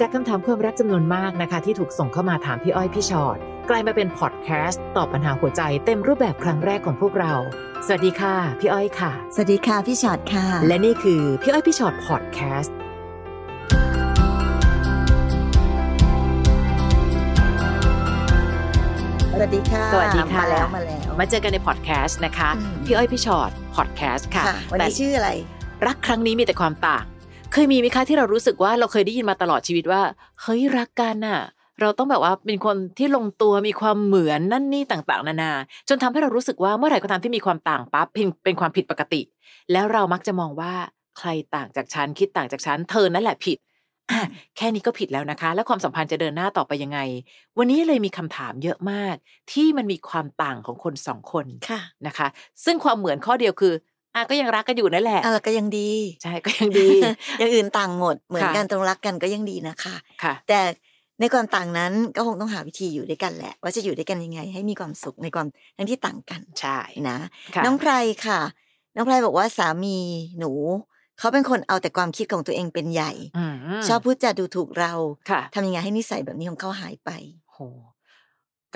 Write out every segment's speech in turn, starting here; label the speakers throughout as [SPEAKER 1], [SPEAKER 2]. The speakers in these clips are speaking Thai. [SPEAKER 1] จากคำถามความรักจำนวนมากนะคะ ที่ถูกส่งเข้ามาถามพี่อ้อยพี่ชอ็อตกลายมาเป็นพอดแคสต์ตอบปัญหาหัวใจเต็มรูปแบบครั้งแรกของพวกเรา สวัสดีค่ะ พี่อ้อยค่ะ
[SPEAKER 2] สวัสดีค่ะ พี่ชอตค่ะ
[SPEAKER 1] และนี่คือ พี่อ้อยพี่ชอ็อตพอดแคสต์
[SPEAKER 2] สวัสดีค่ะ
[SPEAKER 1] สวัสดีค่ะ
[SPEAKER 2] มาแล้วมาแล้ว
[SPEAKER 1] มาเจอกันในพอดแคสต์นะคะ
[SPEAKER 2] อืม
[SPEAKER 1] พี่อ้อยพี่ชอ็อตพอดแคสต์ค่ะ
[SPEAKER 2] ค่ะ วัน
[SPEAKER 1] แต่
[SPEAKER 2] นี้ชื่ออะไร
[SPEAKER 1] รักครั้งนี้มีแต่ความต่าง เคยมีไหมคะที่เรารู้สึกว่าเราเคยได้ยินมาตลอดชีวิตว่าเฮ้ยรักกันน่ะ เราต้องแบบว่าเป็นคนที่ลงตัวมีความเหมือนนั่นนี่ต่างๆ นานา จนทำให้เรารู้สึกว่าเมื่อไหร่ก็ตามที่มีความต่างปั๊บเป็นเป็นความผิดปกติ แล้วเรามักจะมองว่าใครต่างจากฉันคิดต่างจากฉันเธอนั่นแหละผิดอ่ะแค่นี้ก็ผิดแล้วนะคะ แล้วความสัมพันธ์จะเดินหน้าต่อไปยังไง วันนี้เลยมีคำถามเยอะมาก ที่มันมีความต่างของคนสองคน
[SPEAKER 2] ค่ะ
[SPEAKER 1] นะคะ ซึ่งความเหมือนข้อเดียวคืออ่ะก็ยังรักกันอยู่นั่นแหละ
[SPEAKER 2] อ่ะแล้วก็ยังดี
[SPEAKER 1] ใช่ก็ยังดี
[SPEAKER 2] อย่างอื่นต่างหมด เหมือน
[SPEAKER 1] ค่ะ
[SPEAKER 2] กันตรงรักกันก็ยังดีนะคะ
[SPEAKER 1] ค่ะ
[SPEAKER 2] แต่ในความต่างนั้นก็คงต้องหาวิธีอยู่ด้วยกันแหละ ว่าจะอยู่ด้วยกันยังไง ให้มีความสุขในความทั้งที่ต่างกัน
[SPEAKER 1] ใช่
[SPEAKER 2] นะ
[SPEAKER 1] ค่ะ
[SPEAKER 2] น้องไพรค่ะ น้องไพรบอกว่าสามีหนู เขาเป็นคนเอาแต่ความคิดของตัวเองเป็นใหญ่
[SPEAKER 1] ม
[SPEAKER 2] ชอบพูดจาดูถูกเรา
[SPEAKER 1] ค่ะ
[SPEAKER 2] ทำยังไงให้นิสัยแบบนี้ของเขาหายไป
[SPEAKER 1] โห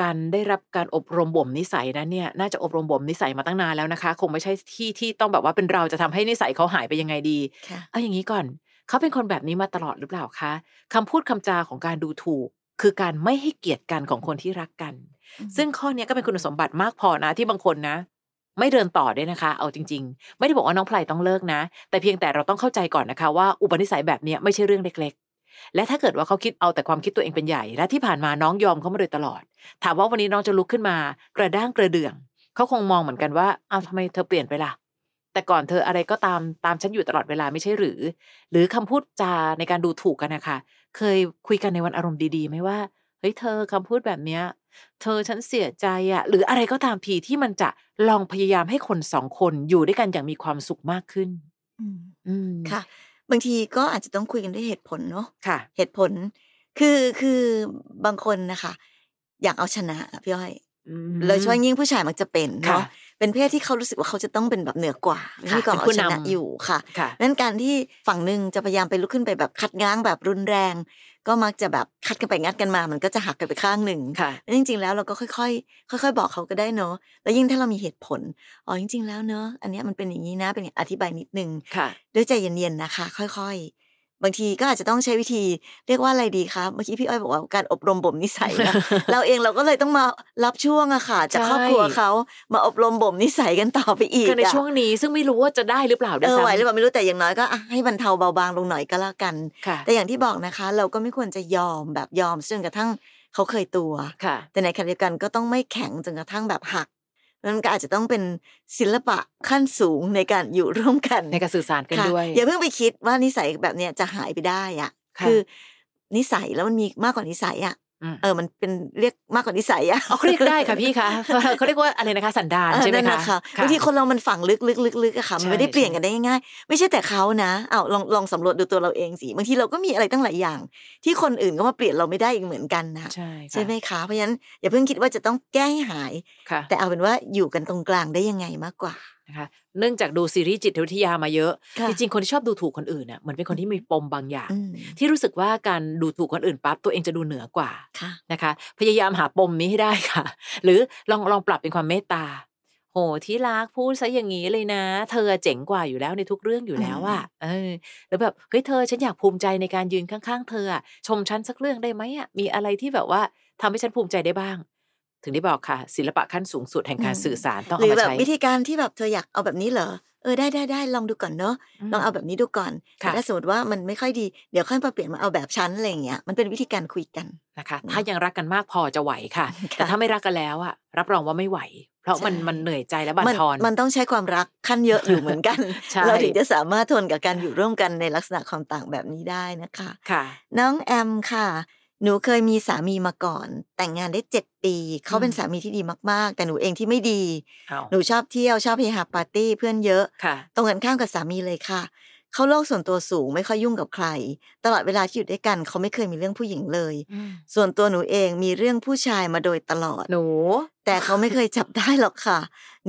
[SPEAKER 1] การได้รับการอบรมบ่มนิสัยนะเนี่ย น่าจะอบรมบ่มนิสัยมาตั้งนานแล้วนะคะ คงไม่ใช่ที่ที่ต้องแบบว่าเป็นเราจะทำให้นิสัยเขาหายไปยังไงดี
[SPEAKER 2] ค่ะ
[SPEAKER 1] เอาอย่างนี้ก่อน เขาเป็นคนแบบนี้มาตลอดหรือเปล่าคะคำพูดคำจาของการดูถูก คือการไม่ให้เกียรติกันของคนที่รักกัน ซึ่งข้อเนี้ยก็เป็นคุณสมบัติมากพอนะที่บางคนนะ ไม่เดินต่อด้วยนะคะ เอาจริง ๆ ไม่ได้บอกว่าน้องไพลต้องเลิกนะ แต่เพียงแต่เราต้องเข้าใจก่อนนะคะว่าอุปนิสัยแบบเนี้ยไม่ใช่เรื่องเล็กๆ และถ้าเกิดว่าเขาคิดเอาแต่ความคิดตัวเองเป็นใหญ่ และที่ผ่านมาน้องยอมเขามาโดยตลอด ถามว่าวันนี้น้องจะลุกขึ้นมา กระด้างกระเดื่อง เขาคงมองเหมือนกันว่าเอาวทำไมเธอเปลี่ยนไปล่ะ แต่ก่อนเธออะไรก็ตามตามฉันอยู่ตลอดเวลาไม่ใช่หรือ หรือคำพูดจาในการดูถูกกันนะคะเคยคุยกันในวันอารมณ์ดีๆไหมว่าเฮ้ยเธอคำพูดแบบเนี้ย เธอฉันเสียใจอะหรืออะไรก็ตามทีที่มันจะลองพยายามให้คนสองคนอยู่ด้วยกันอย่างมีความสุขมากขึ้น
[SPEAKER 2] อืม
[SPEAKER 1] อืม
[SPEAKER 2] ค่ะบางทีก็อาจจะต้องคุยกันด้วยเหตุผลเนาะ
[SPEAKER 1] ค่ะ
[SPEAKER 2] เหตุผล คือคือบางคนนะคะอยากเอาชนะอะพี่อ้อย
[SPEAKER 1] อืม
[SPEAKER 2] แล้วช่วงยิ่งผู้ชายมักจะเป็น
[SPEAKER 1] ค่ะ
[SPEAKER 2] เนาะเป็นเพศที่เขารู้สึกว่าเขาจะต้องเป็นแบบเหนือกว่า
[SPEAKER 1] ค่ะ
[SPEAKER 2] มีความ
[SPEAKER 1] เป็
[SPEAKER 2] เอา
[SPEAKER 1] นผู้
[SPEAKER 2] ชนะ
[SPEAKER 1] นำ
[SPEAKER 2] อยู่ค่ะ
[SPEAKER 1] ค่ะ
[SPEAKER 2] นั้นการที่ฝั่งหนึ่งจะพยายามไปลุกขึ้นไปแบบขัดง้างแบบรุนแรง ก็มักจะแบบขัดกันไปงัดกันมา มันก็จะหักกันไปข้างหนึ่ง
[SPEAKER 1] ค่ะ
[SPEAKER 2] แล้วจริงๆ แล้วเราก็ค่อยๆ ค่อย ๆ บอกเขาก็ได้เนาะ แล้วยิ่งถ้าเรามีเหตุผล อ๋อจริง ๆ แล้วเนาะ อันเนี้ยมันเป็นอย่างนี้นะ เป็นอธิบายนิดนึง
[SPEAKER 1] ค่ะ
[SPEAKER 2] ด้วยใจเย็นๆ นะคะ ค่อยๆ บางทีก็อาจจะต้องใช้วิธีเรียกว่าอะไรดีคะ เมื่อกี้พี่อ้อยบอกว่าการอบรมบ่มนิสัย นะ เราเองเราก็เลยต้องมารับช่วงอะค่ะ จากครอบครัวเขามาอบรมบ่มนิสัยกันต่อไปอีก
[SPEAKER 1] คือใน
[SPEAKER 2] อะ
[SPEAKER 1] ช่วงนี้ซึ่งไม่รู้ว่าจะได้หรือเปล่าด้
[SPEAKER 2] เอ
[SPEAKER 1] วย
[SPEAKER 2] อ
[SPEAKER 1] ซ้
[SPEAKER 2] ไหวหรือเปล่าไม่รู้แต่อย่างน้อยก็อ่ะให้บรรเทาเบาบางลงหน่อยก็แล้วกัน
[SPEAKER 1] ำค่ะ
[SPEAKER 2] แต่อย่างที่บอกนะคะ เราก็ไม่ควรจะยอมแบบยอมจนกระทั่งเขาเคยตัว
[SPEAKER 1] ค่ะ
[SPEAKER 2] แต่ในขณะเดียวกันก็ต้องไม่แข็งจนกระทั่งแบบหักมันก็อาจจะต้องเป็นศิลปะขั้นสูงในการอยู่ร่วมกัน
[SPEAKER 1] ในการสื่อสารกัน
[SPEAKER 2] ค่ะ
[SPEAKER 1] ด้วย
[SPEAKER 2] อย่าเพิ่งไปคิดว่านิสัยแบบเนี้ยจะหายไปได้อะ
[SPEAKER 1] ค่ะ
[SPEAKER 2] คือนิสัยแล้วมันมีมากกว่านิสัยอะ
[SPEAKER 1] อืม
[SPEAKER 2] เออมันเป็นเรียกมากกว่านิสัยอะ
[SPEAKER 1] เอาเขาเรียกได้ค่ะ พี่คะเขาเรียกว่าอะไรนะคะสันดาน
[SPEAKER 2] เออ
[SPEAKER 1] ใช่ไหม
[SPEAKER 2] นั่น
[SPEAKER 1] คะ
[SPEAKER 2] น่ค่ะ
[SPEAKER 1] ะ
[SPEAKER 2] บางทีคนเรามันฝังลึกๆๆๆอะค่ะมันไม่ได้
[SPEAKER 1] ใช่
[SPEAKER 2] เปลี่ยนกันได้ง่ายๆไม่ใช่แต่เขานะเอาลองลองสำรวจดูตัวเราเองสิบางทีเราก็มีอะไรตั้งหลายอย่าง ที่คนอื่นก็มาเปลี่ยนเราไม่ได้อีกเหมือนกันนะ
[SPEAKER 1] ใช่ค่ะ
[SPEAKER 2] ใช่ไหมคะเพราะฉะนั้นอย่าเพิ่งคิดว่าจะต้องแก้ให้หาย
[SPEAKER 1] ค่ะ
[SPEAKER 2] แต่เอาเป็นว่าอยู่กันตรงกลางได้ยังไงมากกว่า
[SPEAKER 1] นะคะเนื่องจากดูซีรีส์จิตวิทยามาเยอะ
[SPEAKER 2] ค่ะ
[SPEAKER 1] จริงๆ คนที่ชอบดูถูกคนอื่นน่ะเหมือนเป็นคนที่มีปมบางอย่าง
[SPEAKER 2] อืม
[SPEAKER 1] ที่รู้สึกว่าการดูถูกคนอื่นปั๊บตัวเองจะดูเหนือกว่า
[SPEAKER 2] ค่ะ
[SPEAKER 1] นะคะ พยายามหาปมนี้ให้ได้ค่ะ หรือลองลองปรับเป็นความเมตตา โหที่รักพูดซะอย่างนี้เลยนะ เธอเจ๋งกว่าอยู่แล้วในทุกเรื่องอยู่แล้วอะเออแล้วแบบเฮ้ยเธอฉันอยากภูมิใจในการยืนข้างๆ เธออะชมฉันสักเรื่องได้ไหมอะมีอะไรที่แบบว่าทำให้ฉันภูมิใจได้บ้าง ถึงได้บอกค่ะ ศิลปะขั้นสูงสุดแห่งการ
[SPEAKER 2] อืม
[SPEAKER 1] สื่อสารต้อง
[SPEAKER 2] หรื
[SPEAKER 1] เอา
[SPEAKER 2] อ
[SPEAKER 1] มา
[SPEAKER 2] แบบ
[SPEAKER 1] ใช้
[SPEAKER 2] วิธีการที่แบบเธออยากเอาแบบนี้เหรอเออได้ได้ได้ลองดูก่อนเนาะลองเอาแบบนี้ดูก่อน
[SPEAKER 1] ค่ะ
[SPEAKER 2] แต่ถ้าสมมติว่ามันไม่ค่อยดีเดี๋ยวค่อยมาเปลี่ยนมาเอาแบบชั้นอะไรอย่างเงี้ยมันเป็นวิธีการคุยกัน
[SPEAKER 1] นะคะ
[SPEAKER 2] อืม
[SPEAKER 1] ถ้ายังรักกันมากพอจะไหวค่ะ
[SPEAKER 2] ค่ะ
[SPEAKER 1] แต่ถ้าไม่รักกันแล้วอะรับรองว่าไม่ไหว เพราะมัน
[SPEAKER 2] ใช่
[SPEAKER 1] มันเหนื่อยใจและบั่น
[SPEAKER 2] มั
[SPEAKER 1] ทอน
[SPEAKER 2] มันต้องใช้ความรักขั้นเยอะอยู่เหมือน กัน
[SPEAKER 1] ใช่
[SPEAKER 2] เราถึงจะสามารถทนกับการอยู่ร่วมกันในลักษณะความต่างแบบนี้ได้นะคะ
[SPEAKER 1] ค่ะ
[SPEAKER 2] น้องแอมค่ะ หนูเคยมีสามีมาก่อน แต่งงานได้เจ็ดปีเขาเป็น
[SPEAKER 1] อืม
[SPEAKER 2] สามีที่ดีมากๆ แต่หนูเองที่ไม่ดี
[SPEAKER 1] เอา
[SPEAKER 2] หนูชอบเที่ยวชอบเฮฮาปาร์ตี้เพื่อนเยอะ
[SPEAKER 1] ค่ะ
[SPEAKER 2] ตรงกันข้ามกับสามีเลยค่ะ เขาโลกส่วนตัวสูงไม่ค่อยยุ่งกับใคร ตลอดเวลาที่อยู่ด้วยกันเขาไม่เคยมีเรื่องผู้หญิงเลย ส่วนตัวหนูเองมีเรื่องผู้ชายมาโดยตลอด
[SPEAKER 1] หนู
[SPEAKER 2] แต่เขาไม่เคยจับได้หรอกค่ะ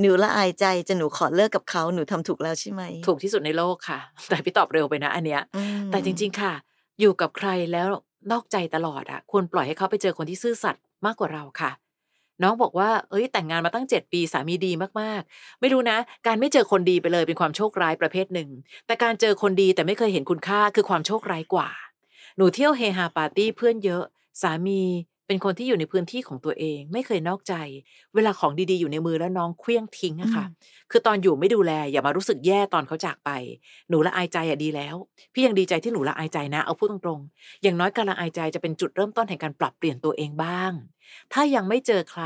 [SPEAKER 2] หนูละอายใจจะหนูขอเลิกกับเขาหนูทำถูกแล้วใช่ไหม
[SPEAKER 1] ถูกที่สุดในโลกค่ะ แต่พี่ตอบเร็วไปนะอันเนี้ย
[SPEAKER 2] อืม
[SPEAKER 1] แต่จริง ๆ ค่ะ อยู่กับใครแล้ว นอกใจตลอดอะควรปล่อยให้เขาไปเจอคนที่ซื่อสัตย์มากกว่าเราค่ะ น้องบอกว่า เอ้ย แต่งงานมาตั้ง 7 ปีสามีดีมากๆ ไม่รู้นะ การไม่เจอคนดีไปเลยเป็นความโชคร้ายประเภทหนึ่ง แต่การเจอคนดีแต่ไม่เคยเห็นคุณค่าคือความโชคร้ายกว่า หนูเที่ยวเฮฮาปาร์ตี้เพื่อนเยอะ สามีเป็นคนที่อยู่ในพื้นที่ของตัวเอง ไม่เคยนอกใจ เวลาของดีๆอยู่ในมือแล้วน้องเคลี้ยงทิ้งอะค่ะ คือตอนอยู่ไม่ดูแล อย่ามารู้สึกแย่ตอนเขาจากไป หนูละอายใจอะดีแล้ว พี่ยังดีใจที่หนูละอายใจนะ เอาพูดตรงๆ อย่างน้อยการละอายใจจะเป็นจุดเริ่มต้นแห่งการปรับเปลี่ยนตัวเองบ้าง ถ้ายังไม่เจอใคร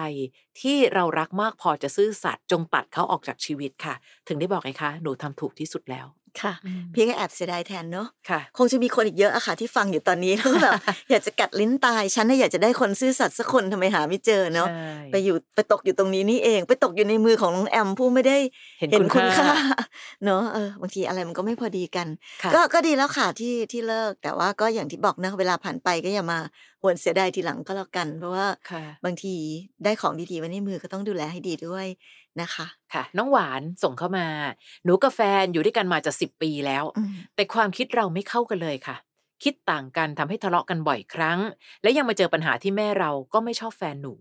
[SPEAKER 1] ที่เรารักมากพอจะซื่อสัตย์จงตัดเขาออกจากชีวิตค่ะ ถึงได้บอกไงคะ หนูทำถูกที่สุดแล้ว
[SPEAKER 2] ค่ะ พี่ก็แอบเสียดายแทนเนอะ
[SPEAKER 1] ค่ะ
[SPEAKER 2] คงจะมีคนอีกเยอะอะค่ะที่ฟังอยู่ตอนนี้ แล้วก็ แบบอยากจะกัดลิ้นตายฉันน่ะอยากจะได้คนซื่อสัตย์สักคนทำไมหาไม่เจอเนาะ
[SPEAKER 1] ใช่
[SPEAKER 2] ไปอยู่ไปตกอยู่ตรงนี้นี่เอง ไปตกอยู่ในมือของน้องแอมผู้ไม่ได้
[SPEAKER 1] เห็น
[SPEAKER 2] เห็
[SPEAKER 1] คุ
[SPEAKER 2] น
[SPEAKER 1] ณ
[SPEAKER 2] คุณ
[SPEAKER 1] ค่า
[SPEAKER 2] ค่าเนอะเออบางทีอะไรมันก็ไม่พอดีกัน
[SPEAKER 1] ค่ะ
[SPEAKER 2] ก็ก็ดีแล้วค่ะที่ที่เลิก แต่ว่าก็อย่างที่บอกนะเวลาผ่านไปก็อย่ามาหวนเสียดายทีหลังก็แล้วกัน เพราะว่า
[SPEAKER 1] ค่ะ
[SPEAKER 2] บางทีได้ของดีๆไว้ในมือก็ต้องดูแลให้ดีด้วยนะคะ
[SPEAKER 1] ค่ะ น้องหวานส่งเข้ามา หนูกับแฟนอยู่ด้วยกันมาจะสิบปีแล้ว
[SPEAKER 2] อืม
[SPEAKER 1] แต่ความคิดเราไม่เข้ากันเลยค่ะ คิดต่างกันทำให้ทะเลาะกันบ่อยครั้ง และยังมาเจอปัญหาที่แม่เราก็ไม่ชอบแฟนหนู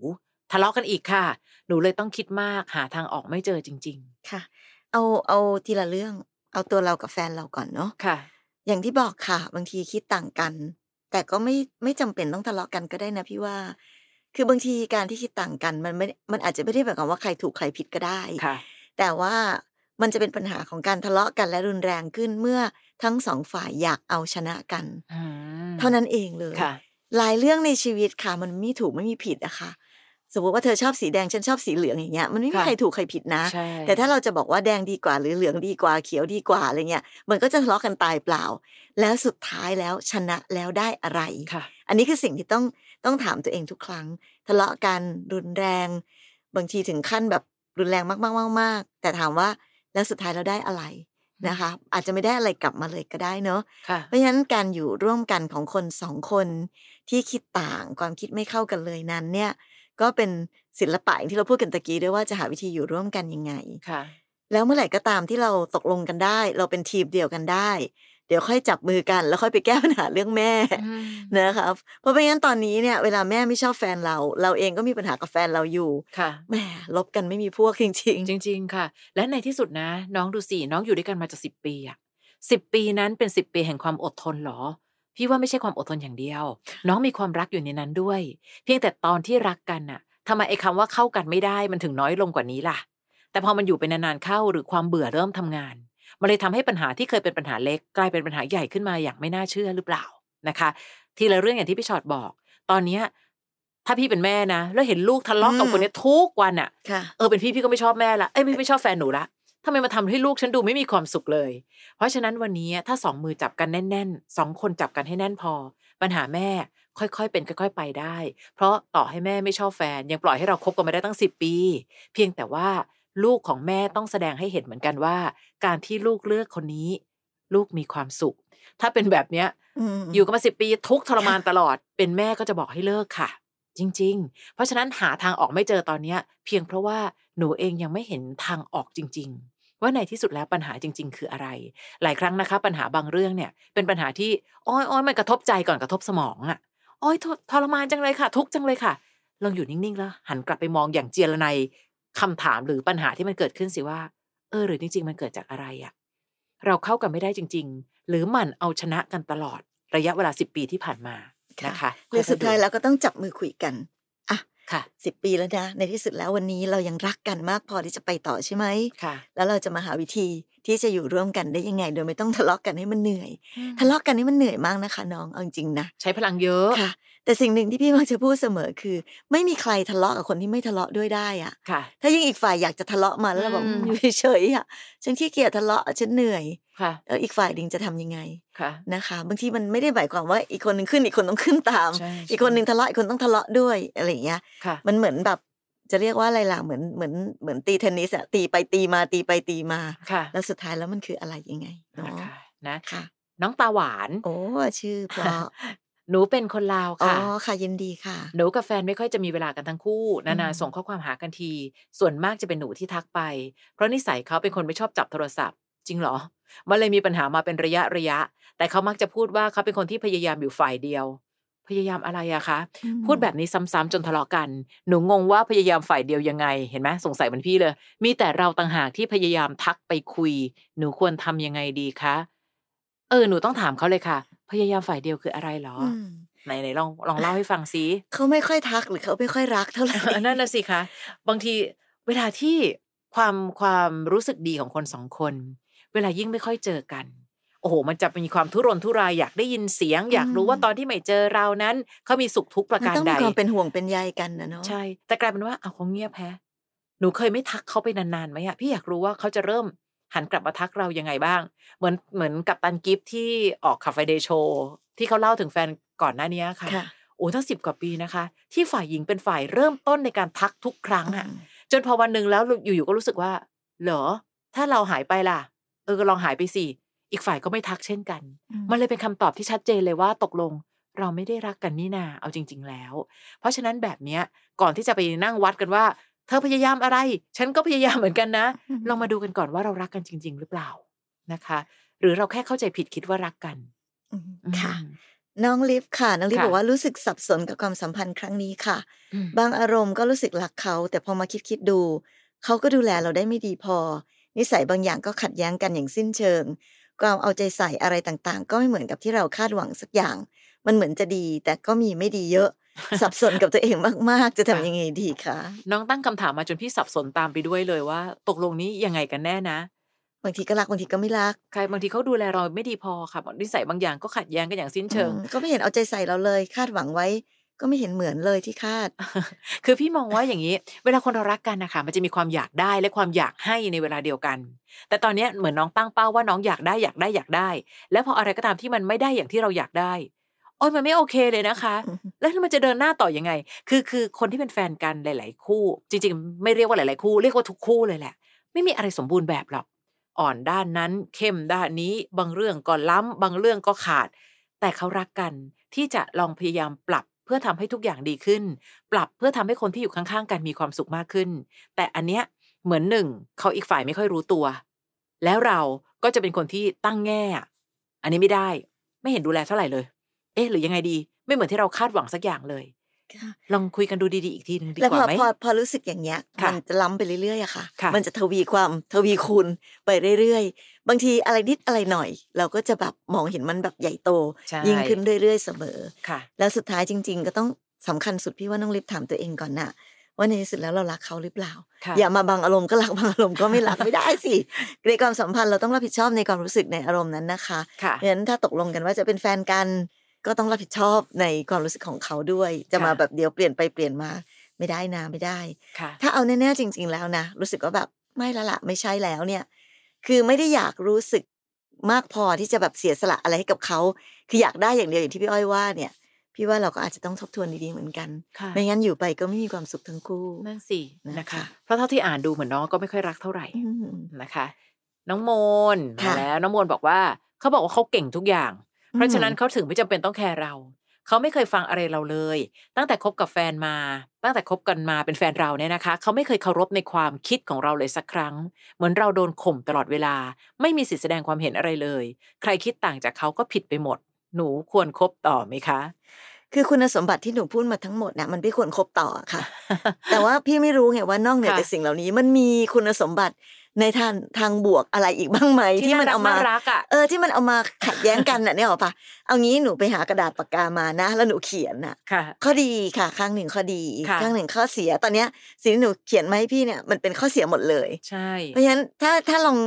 [SPEAKER 1] ทะเลาะกันอีกค่ะ หนูเลยต้องคิดมากหาทางออกไม่เจอจริง
[SPEAKER 2] ค่ะ เอาเอาทีละเรื่องเอาตัวเรากับแฟนเราก่อนเนาะ
[SPEAKER 1] ๆ ค่ะ
[SPEAKER 2] อย่างที่บอกค่ะ บางทีคิดต่างกัน แต่ก็ไม่ไม่จำเป็นต้องทะเลาะกันก็ได้นะพี่ว่า คือบางทีการที่คิดต่างกันมันไม่มันอาจจะไม่ได้หมายความว่าใครถูกใครผิดก็ได้
[SPEAKER 1] ค่ะ
[SPEAKER 2] แต่ว่ามันจะเป็นปัญหาของการทะเลาะกันและรุนแรงขึ้นเมื่อทั้งสองฝ่ายอยากเอาชนะกัน
[SPEAKER 1] อืม
[SPEAKER 2] เท่านั้นเองเลย
[SPEAKER 1] ค่ะ
[SPEAKER 2] หลายเรื่องในชีวิตค่ะ มันไม่ถูกไม่มีผิดอะค่ะสมมติว่าเธอชอบสีแดงฉันชอบสีเหลืองอย่างเงี้ยมันไม่มี
[SPEAKER 1] ค่ะ
[SPEAKER 2] ใครถูกใครผิดนะ
[SPEAKER 1] ใช่
[SPEAKER 2] แต่ถ้าเราจะบอกว่าแดงดีกว่าหรือเหลืองดีกว่าเขียวดีกว่าอะไรเงี้ยมันก็จะทะเลาะกันตายเปล่า แล้วสุดท้ายแล้วชนะแล้วได้อะไร
[SPEAKER 1] ค่ะ
[SPEAKER 2] อันนี้คือสิ่งที่ต้องต้องถามตัวเองทุกครั้ง ทะเลาะกันรุนแรง บางทีถึงขั้นแบบรุนแรงมากๆมากๆแต่ถามว่าแล้วสุดท้ายเราได้อะไรนะคะ อาจจะไม่ได้อะไรกลับมาเลยก็ได้เนาะ
[SPEAKER 1] ค่ะ
[SPEAKER 2] เพราะฉะนั้นการอยู่ร่วมกันของคนสองคนที่คิดต่างความคิดไม่เข้ากันเลยนั้นเนี่ยก็เป็นศิลปะอย่างที่เราพูดกันตะกี้ด้วยว่าจะหาวิธีอยู่ร่วมกันยังไง
[SPEAKER 1] ค่ะ
[SPEAKER 2] แล้วเมื่อไหร่ก็ตามที่เราตกลงกันได้ เราเป็นทีมเดียวกันได้ เดี๋ยวค่อยจับมือกัน แล้วค่อยไปแก้ปัญหาเรื่องแม่ นะครับเพราะไม่งั้นตอนนี้เนี่ยเวลาแม่ไม่ชอบแฟนเรา เราเองก็มีปัญหากับแฟนเราอยู่
[SPEAKER 1] ค่ะ
[SPEAKER 2] แหมลบกันไม่มีพวกจริง
[SPEAKER 1] จริง ๆ ค่ะ และในที่สุดนะ น้องดูสิ น้องอยู่ด้วยกันมาจะสิบปีอะสิบปีนั้นเป็นสิบปีแห่งความอดทนเหรอ พี่ว่าไม่ใช่ความอดทนอย่างเดียว น้องมีความรักอยู่ในนั้นด้วย เพียงแต่ตอนที่รักกันน่ะทำไมไอ้คำว่าเข้ากันไม่ได้มันถึงน้อยลงกว่านี้ล่ะ แต่พอมันอยู่ไปนานๆเข้าหรือความเบื่อเริ่มทำงาน มันเลยทำให้ปัญหาที่เคยเป็นปัญหาเล็ก กลายเป็นปัญหาใหญ่ขึ้นมาอย่างไม่น่าเชื่อหรือเปล่านะคะ ทีละเรื่องอย่างที่พี่ชอดบอก ตอนเนี้ยถ้าพี่เป็นแม่นะ แล้วเห็นลูกทะเลาะกับคนเนี้ยทุกวันอะ
[SPEAKER 2] ๆ ค่ะ
[SPEAKER 1] เออเป็นพี่พี่ก็ไม่ชอบแม่ละเอ้ยไม่ไม่ชอบแฟนหนูละทำไมมาทำให้ลูกฉันดูไม่มีความสุขเลย เพราะฉะนั้นวันนี้ถ้าสองมือจับกันแน่นๆสองคนจับกันให้แน่นพอ ปัญหาแม่ค่อยๆเป็นค่อย ๆ ไปได้ เพราะต่อให้แม่ไม่ชอบแฟน ยังปล่อยให้เราคบกันมาได้ตั้งสิบปี เพียงแต่ว่าลูกของแม่ต้องแสดงให้เห็นเหมือนกันว่า การที่ลูกเลือกคนนี้ ลูกมีความสุข ถ้าเป็นแบบเนี้ย
[SPEAKER 2] อืม
[SPEAKER 1] อยู่กันมาสิปีทุกข์ทรมานตล อด เป็นแม่ก็จะบอกให้เลิกค่ะ จริง ๆ เพราะฉะนั้นหาทางออกไม่เจอตอนเนี้ย เพียงเพราะว่าหนูเองยังไม่เห็นทางออกจริง ๆ ว่าในที่สุดแล้วปัญหาจริง ๆ คืออะไร หลายครั้งนะคะ ปัญหาบางเรื่องเนี่ย เป็นปัญหาที่อ้อยอ้อยมันกระทบใจก่อนกระทบสมองอะ่ะอ้อยทรทรมานจังเลยค่ะ ทุกข์จังเลยค่ะลองอยู่นิ่งๆแล้วหันกลับไปมองอย่างเจรไนยคำถามหรือปัญหาที่มันเกิดขึ้นสิว่า เออหรือจริง ๆ มันเกิดจากอะไรอะเราเข้ากันไม่ได้จริง ๆ หรือหมันเอาชนะกันตลอดระยะเวลาสิบปีที่ผ่านมา
[SPEAKER 2] ค่ะ
[SPEAKER 1] นะคะ
[SPEAKER 2] หรือสุดท้ายแล้วก็ต้องจับมือคุยกัน
[SPEAKER 1] ค่ะ
[SPEAKER 2] สิบปีแล้วนะในที่สุดแล้ววันนี้เรายังรักกันมากพอที่จะไปต่อใช่ไหม
[SPEAKER 1] ค่ะ
[SPEAKER 2] แล้วเราจะมาหาวิธีที่จะอยู่ร่วมกันได้ยังไง โดยไม่ต้องทะเลาะกันให้มันเหนื่อย ทะเลาะกันนี่มันเหนื่อยมากนะคะน้องเอาจริงๆนะ
[SPEAKER 1] ใช้พลังเยอะ
[SPEAKER 2] ค่ะ แต่สิ่งหนึ่งที่พี่มักจะพูดเสมอคือ ไม่มีใครทะเลาะกับคนที่ไม่ทะเลาะด้วยได้อะ
[SPEAKER 1] ค่ะ
[SPEAKER 2] ถ้ายิ่งอีกฝ่ายอยากจะทะเลาะมาแล้วเราบอก
[SPEAKER 1] อืม
[SPEAKER 2] อืมอยู่เฉยๆอ่ะฉันขี้เกียจทะเลาะฉันเหนื่อย
[SPEAKER 1] ค่ะ
[SPEAKER 2] แล้วอีกฝ่ายหนึ่งจะทำยังไง
[SPEAKER 1] ค่ะ
[SPEAKER 2] นะคะ บางทีมันไม่ได้หมายความว่าอีกคนหนึ่งขึ้นอีกคนต้องขึ้นตาม
[SPEAKER 1] ใช่ใช่
[SPEAKER 2] อีกคนหนึ่งทะเลาะอีกคนต้องทะเลาะด้วยอะไรอย่างเงี้ย
[SPEAKER 1] ค่ะ
[SPEAKER 2] มันเหมือนแบบจะเรียกว่าอะไรล่ะเหมือนเหมือนเหมือนตีเทนนิสอะตีไปตีมาตีไปตีมา
[SPEAKER 1] ค่ะ
[SPEAKER 2] แล้วสุดท้ายแล้วมันคืออะไรยังไงเนาะ
[SPEAKER 1] นะคะนะ
[SPEAKER 2] ค่ะ
[SPEAKER 1] น้องตาหวาน
[SPEAKER 2] โอ้ชื่อเพ ราะ
[SPEAKER 1] หนูเป็นคนลาว
[SPEAKER 2] อ๋อ
[SPEAKER 1] ค่ะ
[SPEAKER 2] ค่ะยินดีค่ะ
[SPEAKER 1] หนูกับแฟนไม่ค่อยจะมีเวลากันทั้งคู่ นานา
[SPEAKER 2] อืม
[SPEAKER 1] ส่งข้อความหากันที ส่วนมากจะเป็นหนูที่ทักไป เพราะนิสัยเขาเป็นคนไม่ชอบจับโทรศัพท์ จริงเหรอ มันเลยมีปัญหามาเป็นระยะระยะ แต่เขามักจะพูดว่าเขาเป็นคนที่พยายามอยู่ฝ่ายเดียว พยายามอะไรอะคะ
[SPEAKER 2] อืม
[SPEAKER 1] พูดแบบนี้ซ้ำๆจนทะเลาะกัน หนูงงว่าพยายามฝ่ายเดียวยังไง เห็นไหมสงสัยเหมันพี่เลย มีแต่เราต่างหากที่พยายามทักไปคุย หนูควรทำยังไงดีคะ เออ หนูต้องถามเขาเลยค่ะ พยายามฝ่ายเดียวคืออะไรหรออ
[SPEAKER 2] ม
[SPEAKER 1] ไหนไหนลองลองเล่าให้ฟังซิ
[SPEAKER 2] เขาไม่ค่อยทักหรือเขาไม่ค่อยรักเท่าไหร่
[SPEAKER 1] เออ นั่นน่ะสิคะ บางทีเวลาที่ความความรู้สึกดีของคนสองคน เวลายิ่งไม่ค่อยเจอกัน โอ้โห มันจะมีความทุรนทุรายอยากได้ยินเสียง อยากรู้
[SPEAKER 2] อืม
[SPEAKER 1] ว่าตอนที่ไม่เจอเรานั้นเขามีสุขทุกข์ประ
[SPEAKER 2] มัน
[SPEAKER 1] การ
[SPEAKER 2] ต้อง
[SPEAKER 1] ใด
[SPEAKER 2] มีความเป็นห่วงเป็นใยกันนะเนาะ
[SPEAKER 1] ใช่ แต่กลายเป็นว่าเอาวเขาเงียบแฮะหนูเคยไม่ทักเขาไปนานๆไหมอะพี่อยากรู้ว่าเขาจะเริ่มหันกลับมาทักเรายังไงบ้าง เหมือนเหมือนกับตันกิฟที่ออกคาเฟ่เดโชที่เขาเล่าถึงแฟนก่อนหน้านี้ค่ะ
[SPEAKER 2] ค่ะ
[SPEAKER 1] โอ้ทั้งสิบกว่าปีนะคะ ที่ฝ่ายหญิงเป็นฝ่ายเริ่มต้นในการทักทุกครั้งอะ
[SPEAKER 2] อืม
[SPEAKER 1] จนพอวันหนึ่งแล้วอยู่ๆก็รู้สึกว่า เหรอ ถ้าเราหายไปล่ะ เออก็ลองหายไปสิอีกฝ่ายก็ไม่ทักเช่นกัน มันเลยเป็นคำตอบที่ชัดเจนเลยว่าตกลง เราไม่ได้รักกันนี่นาเอาจริง ๆ แล้ว เพราะฉะนั้นแบบเนี้ยก่อนที่จะไปนั่งวัดกันว่า เธอพยายามอะไร ฉันก็พยายามเหมือนกันนะ ลองมาดูกันก่อนว่าเรารักกันจริง ๆ หรือเปล่านะคะ หรือเราแค่เข้าใจผิดคิดว่ารักกัน
[SPEAKER 2] อืม
[SPEAKER 1] อืม
[SPEAKER 2] ค่ะ น้องลิฟค่ะ น้องลิฟ
[SPEAKER 1] ค่ะ
[SPEAKER 2] บอกว่ารู้สึกสับสนกับความสัมพันธ์ครั้งนี้ค่ะ
[SPEAKER 1] อืม
[SPEAKER 2] บางอารมณ์ก็รู้สึกรักเขา แต่พอมาคิดคิดๆดู เขาก็ดูแลเราได้ไม่ดีพอ นิสัยบางอย่างก็ขัดแย้งกันอย่างสิ้นเชิง ความเอาใจใส่อะไรต่างๆ ก็ไม่เหมือนกับที่เราคาดหวังสักอย่าง มันเหมือนจะดี แต่ก็มีไม่ดีเยอะ สับสนกับตัวเองมากๆ จะทำยังไงดีคะ
[SPEAKER 1] น้องตั้งคำถามมาจนพี่สับสนตามไปด้วยเลยว่า ตกลงนี้ยังไงกันแน่นะ
[SPEAKER 2] บางทีก็รักบางทีก็ไม่รัก
[SPEAKER 1] ใครบางทีเขาดูแลเราไม่ดีพอค่ะนิสัยบางอย่างก็ขัดแย้งกันอย่างสิ้นเชิง
[SPEAKER 2] อืมก็ไม่เห็นเอาใจใส่เราเลย คาดหวังไว้ ก็ไม่เห็นเหมือนเลยที่คาด
[SPEAKER 1] คือพี่มองว่าอย่างนี้ เวลาคนเรารักกันนะคะมันจะมีความอยากได้และความอยากให้ในเวลาเดียวกัน แต่ตอนเนี้ยเหมือนน้องตั้งเป้าว่าน้องอยากได้อยากได้อยากได้ แล้วพออะไรก็ตามที่มันไม่ได้อย่างที่เราอยากได้ โอ้ยมันไม่โอเคเลยนะคะ แล้วมันจะเดินหน้าต่อยังไง คือคือคนที่เป็นแฟนกันหลาย ๆ คู่ จริง ๆ ไม่เรียกว่าหลาย ๆ คู่ เรียกว่าทุกคู่เลยแหละ ไม่มีอะไรสมบูรณ์แบบหรอก อ่อนด้านนั้นเข้มด้านนี้ บางเรื่องก็ล้ำบางเรื่องก็ขาด แต่เขารักกันที่จะลองพยายามปรับเพื่อทำให้ทุกอย่างดีขึ้น ปรับเพื่อทำให้คนที่อยู่ข้าง ๆ กันมีความสุขมากขึ้น แต่อันเนี้ยเหมือนหนึ่งเขาอีกฝ่ายไม่ค่อยรู้ตัว แล้วเราก็จะเป็นคนที่ตั้งแง่อะอันนี้ไม่ได้ ไม่เห็นดูแลเท่าไหร่เลย เอ๊ะหรือยังไงดี ไม่เหมือนที่เราคาดหวังสักอย่างเลย ลองคุยกันดูดีๆ อีกทีหนึ่งดี
[SPEAKER 2] แล้ว
[SPEAKER 1] ก
[SPEAKER 2] พอ
[SPEAKER 1] ว่าไหม
[SPEAKER 2] พอพอรู้สึกอย่างเงี้ย
[SPEAKER 1] ค่ะ
[SPEAKER 2] มันจะล้ำไปเรื่อยๆอะค่ะ
[SPEAKER 1] ค่ะ
[SPEAKER 2] มันจะทวีความทวีคูณไปเรื่อยๆ บางทีอะไรนิดอะไรหน่อย เราก็จะแบบมองเห็นมันแบบใหญ่โต
[SPEAKER 1] ใช่
[SPEAKER 2] ยิ่งขึ้นเรื่อยๆเสมอ
[SPEAKER 1] ค่ะ
[SPEAKER 2] แล้วสุดท้ายจริง ๆ ก็ต้องสำคัญสุดพี่ว่าน้องลิฟถามตัวเองก่อนน่ะ ว่าในที่สุดแล้วเรารักเขาหรือเปล่า
[SPEAKER 1] ค่ะ
[SPEAKER 2] อย่ามาบางอารมณ์ก็รักบางอารมณ์ก็ไม่รัก ไม่ได้ สิในความสัมพันธ์เราต้องรับผิดชอบในความรู้สึกในอารมณ์นั้นนะคะ
[SPEAKER 1] ค่ะ
[SPEAKER 2] เพราะฉะนั้นถ้าตกลงกันว่าจะเป็นแฟนกัน ก็ต้องรับผิดชอบในความรู้สึกของเขาด้วย จะมา
[SPEAKER 1] ค่ะ
[SPEAKER 2] แบบเดียวเปลี่ยนไปเปลี่ยนมา ไม่ได้นะไม่ได้
[SPEAKER 1] ค่ะ
[SPEAKER 2] ถ้าเอาแน่ๆจริง ๆ แล้วนะรู้สึกว่าแบบไม่ละละไม่ใช่แล้วเนี่ย คือไม่ได้อยากรู้สึกมากพอที่จะแบบเสียสละอะไรให้กับเขา คืออยากได้อย่างเดียวอย่างที่พี่อ้อยว่าเนี่ย พี่ว่าเราก็อาจจะต้องทบทวนดีๆเหมือนกัน
[SPEAKER 1] ค่ะ
[SPEAKER 2] ไม่งั้นอยู่ไปก็ไม่มีความสุขทั้งคู่
[SPEAKER 1] นั่นสิ
[SPEAKER 2] นะคะ
[SPEAKER 1] นะคะ เพราะเท่าที่อ่านดูเหมือนน้องก็ไม่ค่อยรักเท่าไหร่
[SPEAKER 2] อืม
[SPEAKER 1] นะคะ น้องโมน
[SPEAKER 2] ค่ะ
[SPEAKER 1] มาแล้วน้องโมนบอกว่าเขาบอกว่าเขาเก่งทุกอย่าง เพราะฉะนั้นเขาถึงไม่จำเป็นต้องแคร์เรา เขาไม่เคยฟังอะไรเราเลย ตั้งแต่คบกับแฟนมา ตั้งแต่คบกันมาเป็นแฟนเราเนี่ยนะคะ เขาไม่เคยเคารพในความคิดของเราเลยสักครั้ง เหมือนเราโดนข่มตลอดเวลา ไม่มีสิทธิแสดงความเห็นอะไรเลย ใครคิดต่างจากเขาก็ผิดไปหมด หนูควรคบต่อไหมคะ
[SPEAKER 2] คือคุณสมบัติที่หนูพูดมาทั้งหมดเนี่ยมันไม่ควรครบต่อค่ะ แต่ว่าพี่ไม่รู้ไงว่านอกเหนือ
[SPEAKER 1] ค่ะ
[SPEAKER 2] จากสิ่งเหล่านี้ มันมีคุณสมบัติในทางทางบวกอะไรอีกบ้างไหมที่มันเอามา
[SPEAKER 1] รักอ่ะ
[SPEAKER 2] เออที่มันเอามาขัดแย้งกันน่ะ เนี่ยหรอกปะเอางี้หนูไปหากระดาษปากกามานะ แล้วหนูเขียนน่ะ
[SPEAKER 1] ค่ะ
[SPEAKER 2] ข้อดีค่ะ ข้างหนึ่งข้อดี
[SPEAKER 1] ค่ะ
[SPEAKER 2] ข้างหนึ่งข้อเสียตอนเนี้ยสิ่งที่หนูเขียนมาให้พี่เนี่ยมันเป็นข้อเสียหมดเลย
[SPEAKER 1] ใช่
[SPEAKER 2] เพราะฉะนั้นถ้าถ้าลอง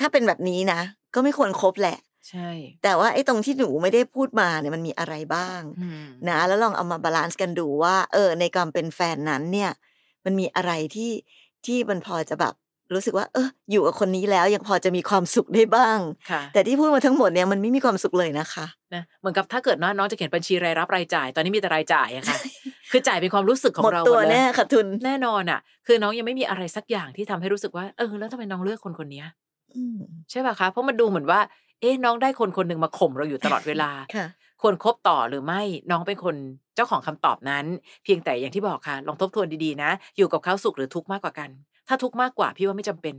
[SPEAKER 2] ถ้าเป็นแบบนี้นะ ก็ไม่ควรครบแหละ
[SPEAKER 1] ใช่
[SPEAKER 2] แต่ว่าไอ้ตรงที่หนูไม่ได้พูดมาเนี่ยมันมีอะไรบ้าง
[SPEAKER 1] อืม
[SPEAKER 2] นะแล้วลองเอามาบาลานซ์กันดูว่า เออ ในความเป็นแฟนนั้นเนี่ย มันมีอะไรที่ที่มันพอจะแบบรู้สึกว่า เอออยู่กับคนนี้แล้วยังพอจะมีความสุขได้บ้าง
[SPEAKER 1] ค่ะ
[SPEAKER 2] แต่ที่พูดมาทั้งหมดเนี่ยมันไม่มีความสุขเลยนะคะ
[SPEAKER 1] นะเหมือนกับถ้าเกิดน้าน้องจะเขียนบัญชีรายรับรายจ่าย ตอนนี้มีแต่รายจ่ายอะ ค่ะ คือจ่ายเป็นความรู้สึกของ
[SPEAKER 2] หมด
[SPEAKER 1] เรา
[SPEAKER 2] ตัว
[SPEAKER 1] หมดเลย
[SPEAKER 2] แน่ขาดทุน
[SPEAKER 1] แน่นอนอะคือน้องยังไม่มีอะไรสักอย่างที่ทำให้รู้สึกว่าเออแล้วทำไมน้องเลือกคนคนเนี้ย
[SPEAKER 2] อืม
[SPEAKER 1] ใช่ป่ะคะเพราะมันดูเหมือนว่า เอ๊ะน้องได้คนคนหนึ่งมาข่มเราอยู่ตลอดเวลา
[SPEAKER 2] ค่ะ
[SPEAKER 1] ควรคบต่อหรือไม่น้องเป็นคนเจ้าของคำตอบนั้น เพียงแต่อย่างที่บอกค่ะ ลองทบทวนดีๆนะ อยู่กับเขาสุขหรือทุกข์มากกว่ากัน ถ้าทุกข์มากกว่าพี่ว่าไม่จำเป็น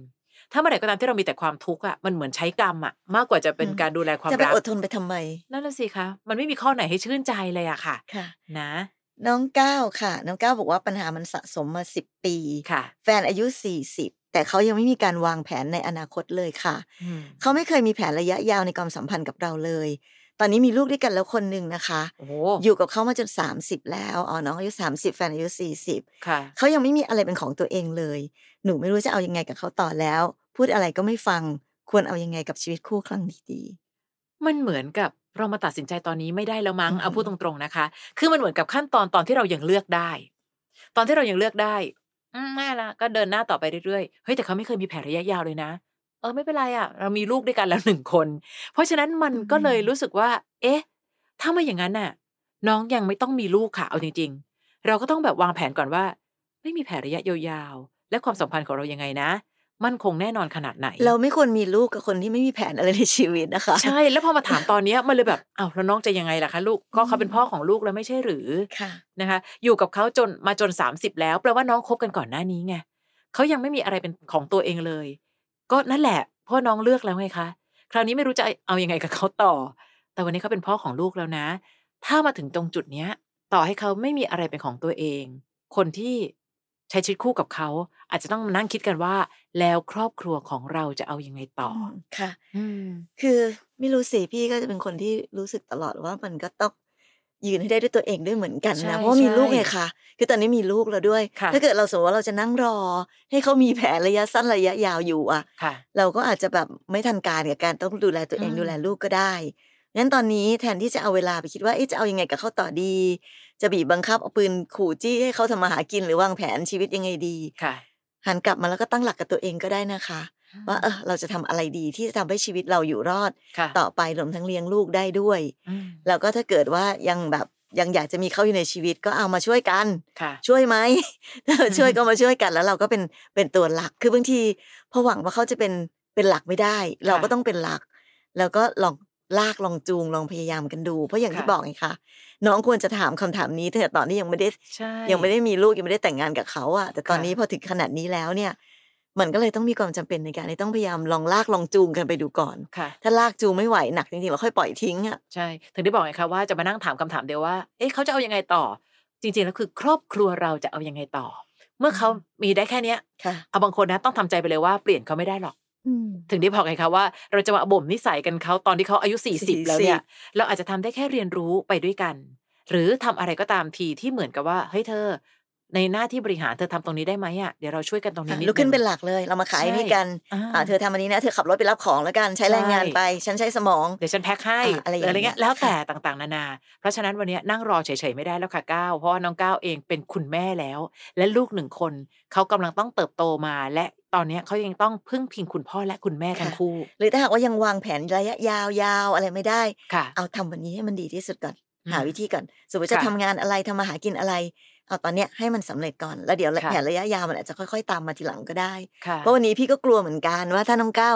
[SPEAKER 1] ถ้าเมื่อไหร่ก็ตามที่เรามีแต่ความทุกข์อ่ะมันเหมือนใช้กรรมอ่ะมากกว่าจะเป็น
[SPEAKER 2] อืม
[SPEAKER 1] การดูแลความ
[SPEAKER 2] จะไป
[SPEAKER 1] รัก
[SPEAKER 2] อดทนไปทำไม
[SPEAKER 1] นั่นน่ะสิคะมันไม่มีข้อไหนให้ชื่นใจเลยอะค่ะ
[SPEAKER 2] ค่ะ
[SPEAKER 1] นะ
[SPEAKER 2] น้องก้าวค่ะ น้องก้าวบอกว่าปัญหามันสะสมมาสิบปี
[SPEAKER 1] ค่ะ
[SPEAKER 2] แฟนอายุ 40 แต่เขายังไม่มีการวางแผนในอนาคตเลยค่ะ
[SPEAKER 1] อืม
[SPEAKER 2] เขาไม่เคยมีแผนระยะยาวในความสัมพันธ์กับเราเลย ตอนนี้มีลูกด้วยกันแล้วคนหนึ่งนะคะ
[SPEAKER 1] โอ้โห
[SPEAKER 2] อยู่กับเขามาจน 30 แล้วอ๋อน้องอายุ 30 แฟนอายุ 40
[SPEAKER 1] ค่ะ
[SPEAKER 2] เขายังไม่มีอะไรเป็นของตัวเองเลย หนูไม่รู้จะเอายังไงกับเขาต่อแล้ว พูดอะไรก็ไม่ฟังควรเอายังไงกับชีวิตคู่ครั้งนี้ดี
[SPEAKER 1] มันเหมือนกับเรามาตัดสินใจตอนนี้ไม่ได้แล้วมั้ง
[SPEAKER 2] อืม
[SPEAKER 1] เอาพูดตรงๆนะคะ คือมันเหมือนกับขั้นตอนตอนที่เรายังเลือกได้ ตอนที่เรายังเลือกได้อืมไม่ละก็เดินหน้าต่อไปเรื่อยๆเฮ้ยแต่เขาไม่เคยมีแผนระยะยาวเลยนะ เออไม่เป็นไรอะ่ะ เรามีลูกด้วยกัน แล้วหนึ่งคน เพราะฉะนั้นมันก็เลยรู้สึกว่า เอ๊ะ ถ้าไม่อย่างนั้นน่ะ น้องยังไม่ต้องมีลูกค่ะเอาจริง ๆ เราก็ต้องแบบวางแผนก่อนว่า ไม่มีแผนระยะยาวๆและความสัมพันธ์ของเรายังไงนะ มั่นคงแน่นอนขนาดไหน
[SPEAKER 2] เราไม่ควรมีลูกกับคนที่ไม่มีแผนอะไรในชีวิตนะคะ
[SPEAKER 1] ใช่แล้วพอมาถามตอนเนี้ยมันเลยแบบอ้าวแล้วน้องจะยังไงล่ะคะลูกก็เขาเป็นพ่อของลูกแล้วไม่ใช่หรือ
[SPEAKER 2] ค่ะ
[SPEAKER 1] นะคะ อยู่กับเขาจนมาจน 30 แล้วแปลว่าน้องคบกันก่อนหน้านี้ไงเขายังไม่มีอะไรเป็นของตัวเองเลย ก็นั่นแหละเพราะน้องเลือกแล้วไงคะคราวนี้ไม่รู้จะเอายังไงกับเขาต่อ แต่วันนี้เขาเป็นพ่อของลูกแล้วนะ ถ้ามาถึงตรงจุดเนี้ย ต่อให้เขาไม่มีอะไรเป็นของตัวเอง คนที่ใช้ชีวิตคู่กับเขา อาจจะต้องมานั่งคิดกันว่า แล้วครอบครัวของเราจะเอายังไงต่ออ
[SPEAKER 2] ค่ะ
[SPEAKER 1] อืม
[SPEAKER 2] คือไม่รู้สิพี่ก็จะเป็นคนที่รู้สึกตลอดว่ามันก็ต้องยืนให้ได้ด้วยตัวเองด้วยเหมือนกัน
[SPEAKER 1] ใช่
[SPEAKER 2] นะเพราะว่ามีลูก
[SPEAKER 1] ใช่
[SPEAKER 2] ไงคะคือตอนนี้มีลูกแล้วด้วย
[SPEAKER 1] ค่ะ
[SPEAKER 2] ถ้าเกิดเราสมมติว่าเราจะนั่งรอ ให้เขามีแผนระยะสั้นระยะยาวอยู่อ่ะ
[SPEAKER 1] ค่ะ
[SPEAKER 2] เราก็อาจจะแบบไม่ทันการกับการต้องดูแลตัวเอง
[SPEAKER 1] อืม
[SPEAKER 2] ดูแลลูกก็ได้งั้นตอนนี้แทนที่จะเอาเวลาไปคิดว่าเอ๊ะจะเอายังไงกับเขาต่อดี จะบีบบังคับเอาปืนขู่จี้ให้เขาทำมาหากินหรือวางแผนชีวิตยังไงดี
[SPEAKER 1] ค่ะ
[SPEAKER 2] หันกลับมาแล้วก็ตั้งหลักกับตัวเองก็ได้นะคะ ว่าเออเราจะทำอะไรดีที่จะทำให้ชีวิตเราอยู่รอด
[SPEAKER 1] ค่ะ
[SPEAKER 2] ต่อไปรวมทั้งเลี้ยงลูกได้ด้วย
[SPEAKER 1] ม
[SPEAKER 2] แล้วก็ถ้าเกิดว่ายังแบบยังอยากจะมีเขาอยู่ในชีวิตก็เอามาช่วยกัน
[SPEAKER 1] ค่ะ
[SPEAKER 2] ช่วยไหม ช่วยก็มาช่วยกันแล้วเราก็เป็นเป็นตัวหลัก คือบางทีพอหวังว่าเขาจะเป็นเป็นหลักไม่ได้ เราก็
[SPEAKER 1] ค่ะ
[SPEAKER 2] ต้องเป็นหลัก แล้วก็ลองลากลองจูงลองพยายามกันดู เพราะอย่างที่
[SPEAKER 1] ค่ะ
[SPEAKER 2] บอกไงคะน้องควรจะถามคำถามนี้ตั้งแต่ตอนที่ยังไม่ได้
[SPEAKER 1] ใช่
[SPEAKER 2] ยังไม่ได้มีลูกยังไม่ได้แต่งงานกับเขาอะแต่ตอนนี้พอถึงขนาดนี้แล้วเนี่ย มันก็เลยต้องมีความจำเป็นในการที่ต้องพยายามลองลากลองจูงกันไปดูก่อน
[SPEAKER 1] ค่ะ
[SPEAKER 2] ถ้าลากจูงไม่ไหวหนักจริงๆเราค่อยปล่อยทิ้งอะ
[SPEAKER 1] ใช่ ถึงได้บอกไงคะว่าจะมานั่งถามคำถามเดียวว่า เอ๊ะเขาจะเอายังไงต่อ จริงๆแล้วคือครอบครัวเราจะเอายังไงต่อ เมื่อเขามีได้แค่เนี้ย
[SPEAKER 2] ค่ะ
[SPEAKER 1] เอาบางคนนะต้องทำใจไปเลยว่าเปลี่ยนเขาไม่ได้หรอก
[SPEAKER 2] อืม
[SPEAKER 1] ถึงได้บอกไงคะว่าเราจะมาบ่มนิสัยกันเขาตอนที่เขาอายุ 40 แล้วเนี่ย เราอาจจะทำได้แค่เรียนรู้ไปด้วยกัน หรือทำอะไรก็ตามทีที่เหมือนกับว่าเฮ้ยเธอ ในหน้าที่บริหารเธอทำตรงนี้ได้ไหมอ่ะเดี๋ยวเราช่วยกันตรงนี้
[SPEAKER 2] ค่ะ
[SPEAKER 1] นิด
[SPEAKER 2] ลุกขึ้น
[SPEAKER 1] ง
[SPEAKER 2] เป็นหลักเลย เรามาขายอันนี่กัน
[SPEAKER 1] อ่า
[SPEAKER 2] อ่าเธอทำอันนี้นะ เธอขับรถไปรับของแล้วกัน ใช้แรงงานไป ฉันใช้สมอง
[SPEAKER 1] เดี๋ยวฉันแพ็คให้
[SPEAKER 2] อ่ะอะไรอย่าง
[SPEAKER 1] เงี้ย
[SPEAKER 2] เงี้ย
[SPEAKER 1] แล้วแต่ต่างๆ นานา เพราะฉะนั้นวันเนี้ยนั่งรอเฉยๆไม่ได้แล้วค่ะก้าวเพราะว่าน้องก้าวเองเป็นคุณแม่แล้ว และลูกหนึ่งคนเขากำลังต้องเติบโตมา และตอนเนี้ยเขายังต้องพึ่งพิงคุณพ่อและคุณแม่ทั้งคู่
[SPEAKER 2] หรือถ้าหากว่ายังวางแผนระยะยาวยาวอะไรไม่ได้
[SPEAKER 1] ค่ะ
[SPEAKER 2] เอาทำวันนี้ให้มันดีที่สุดก่อน
[SPEAKER 1] อืม
[SPEAKER 2] หาวิธีก่อน สมมติจะ
[SPEAKER 1] ค่ะ
[SPEAKER 2] ทำงานอะไรทำมาหากินอะไร เอาตอนเนี้ยให้มันสำเร็จก่อน แล้วเดี๋ยว
[SPEAKER 1] ค่ะ
[SPEAKER 2] แผนระยะยาวมันอาจจะค่อยๆ ตามมาทีหลังก็ได้
[SPEAKER 1] ค่ะ
[SPEAKER 2] เพราะวันนี้พี่ก็กลัวเหมือนกันว่าถ้าน้องก้าว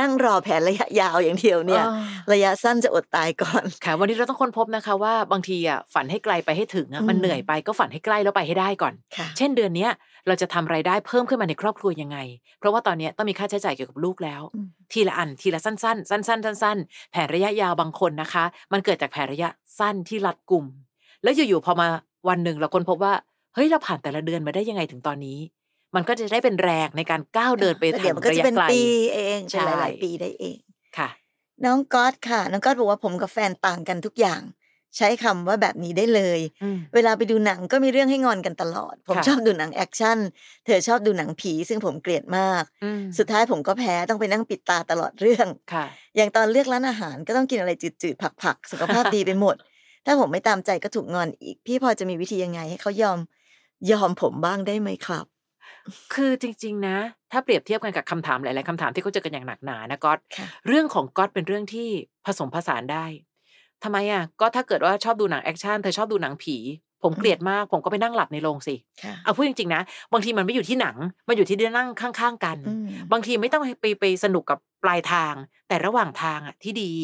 [SPEAKER 2] นั่งรอแผนระยะยาวอย่างเดียวเนี่ย
[SPEAKER 1] อ่า
[SPEAKER 2] ระยะสั้นจะอดตายก่อน
[SPEAKER 1] ค่ะ วันนี้เราต้องค้นพบนะคะว่าบางทีอ่ะฝันให้ไกลไปให้ถึงอ่ะ
[SPEAKER 2] อืม
[SPEAKER 1] มันเหนื่อยไปก็ฝันให้ใกล้แล้วไปให้ได้ก่อน
[SPEAKER 2] ค่ะ
[SPEAKER 1] เช่นเดือนเนี้ยเราจะทำรายได้เพิ่มขึ้นมาในครอบครัวยังไง เพราะว่าตอนเนี้ยต้องมีค่าใช้จ่ายเกี่ยวกับลูกแล้ว
[SPEAKER 2] อืม
[SPEAKER 1] ทีละอันทีละสั้น ๆ สั้น ๆ สั้น ๆ แผนระยะยาวบางคนนะคะ มันเกิดจากแผนระยะสั้นที่รัดกลุ่ม แล้วอยู่ๆพอมาวันหนึ่งเราค้นพบว่าเฮ้ยเราผ่านแต่ละเดือนมาได้ยังไงถึงตอนนี้ มันก็จะได้เป็นแรงในการก้าวเดินไป
[SPEAKER 2] แล้ว
[SPEAKER 1] ทา
[SPEAKER 2] เดี๋ย
[SPEAKER 1] ง
[SPEAKER 2] วมันก็
[SPEAKER 1] ระ
[SPEAKER 2] จะ
[SPEAKER 1] ยะ
[SPEAKER 2] เป็น
[SPEAKER 1] ไกล
[SPEAKER 2] ปีเองเป็นหลาย
[SPEAKER 1] ใช่
[SPEAKER 2] ๆปีได้เอง
[SPEAKER 1] ค่ะ
[SPEAKER 2] น้องก๊อตค่ะ น้องก๊อตบอกว่าผมกับแฟนต่างกันทุกอย่าง ใช้คำว่าแบบนี้ได้เลย
[SPEAKER 1] อืม
[SPEAKER 2] เวลาไปดูหนังก็มีเรื่องให้งอนกันตลอด ผม
[SPEAKER 1] ค่ะ
[SPEAKER 2] ชอบดูหนังแอคชั่น เธอชอบดูหนังผี ซึ่งผมเกลียดมาก
[SPEAKER 1] อืม
[SPEAKER 2] สุดท้ายผมก็แพ้ต้องไปนั่งปิดตาตลอดเรื่อง
[SPEAKER 1] ค่ะ
[SPEAKER 2] อย่างตอนเลือกร้านอาหารก็ต้องกินอะไรจืดๆ ผักๆ สุขภาพดีไปหมด ถ้าผมไม่ตามใจก็ถูกงอนอีก พี่พอจะมีวิธียังไงให้เขายอม ยอมผมบ้างได้ไหมครับ
[SPEAKER 1] คือจริง ๆ นะ ถ้าเปรียบเทียบกันกับคำถามหลายๆคำถามที่เขาเจอกันอย่างหนักหนานะก๊อต
[SPEAKER 2] ค่ะ
[SPEAKER 1] เรื่องของก๊อตเป็นเรื่องที่ผสมผสานได้ทำไมอ่ะก็ถ้าเกิดว่าชอบดูหนังแอคชั่นเธอชอบดูหนังผี ผมเกลียดมาก ผมก็ไปนั่งหลับในโรงสิ
[SPEAKER 2] ค่ะ
[SPEAKER 1] เอาพูดจริงๆนะบางทีมันไม่อยู่ที่หนัง มันอยู่ที่ได้นั่งข้างๆกัน
[SPEAKER 2] อืม
[SPEAKER 1] บางทีไม่ต้องไปไปสนุกกับปลายทาง แต่ระหว่างทางอ่ะที่ดี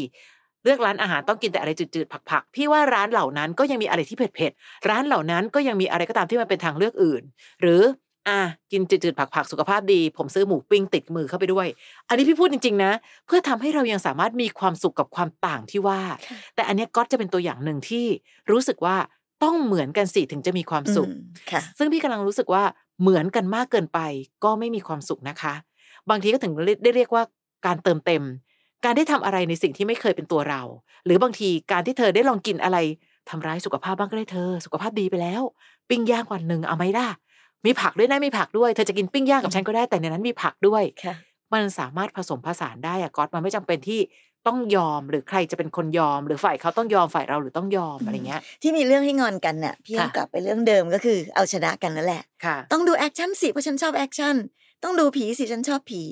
[SPEAKER 1] เลือกร้านอาหารต้องกินแต่อะไรจืดๆผักๆพี่ว่าร้านเหล่านั้นก็ยังมีอะไรที่เผ็ดๆร้านเหล่านั้นก็ยังมีอะไรก็ตามที่มันเป็นทางเลือกอื่น หรือ อ่ะกินจืดๆผักๆสุขภาพดี ผมซื้อหมูปิ้งติดมือเข้าไปด้วย อันนี้พี่พูดจริงๆนะ เพื่อทำให้เรายังสามารถมีความสุขกับความต่างที่ว่า
[SPEAKER 2] ค่ะ
[SPEAKER 1] แต่อันเนี้ยก็จะเป็นตัวอย่างหนึ่งที่รู้สึกว่าต้องเหมือนกันสิถึงจะมีความสุข
[SPEAKER 2] อืมค่ะ
[SPEAKER 1] ซึ่งพี่กำลังรู้สึกว่าเหมือนกันมากเกินไปก็ไม่มีความสุขนะคะ บางทีก็ถึงได้เรียกว่าการเติมเต็ม การได้ทำอะไรในสิ่งที่ไม่เคยเป็นตัวเรา หรือบางทีการที่เธอได้ลองกินอะไรทำร้ายสุขภาพบ้างก็ได้เธอ สุขภาพดีไปแล้ว ปิ้งย่างวันหนึ่งเอาไหมล่ะมีผักด้วยนะมีผักด้วยเธอจะกินปิ้งย่างกับฉันก็ได้แต่ในนั้นมีผักด้วย
[SPEAKER 2] ค่ะ
[SPEAKER 1] มันสามารถผสมผสานได้อะก๊อตมันไม่จำเป็นที่ต้องยอมหรือใครจะเป็นคนยอม หรือฝ่ายเขาต้องยอมฝ่ายเราหรือต้องยอมอะไรเงี้ย
[SPEAKER 2] ที่มีเรื่องให้งอนกันเนี่ยพี่
[SPEAKER 1] ค่ะ
[SPEAKER 2] กลับไปเรื่องเดิมก็คือเอาชนะกันนั่นแหละ
[SPEAKER 1] ค่ะ
[SPEAKER 2] ต้องดูแอคชั่นสิเพราะฉันชอบแอคชั่นต้องดูผีสิฉันชอบผี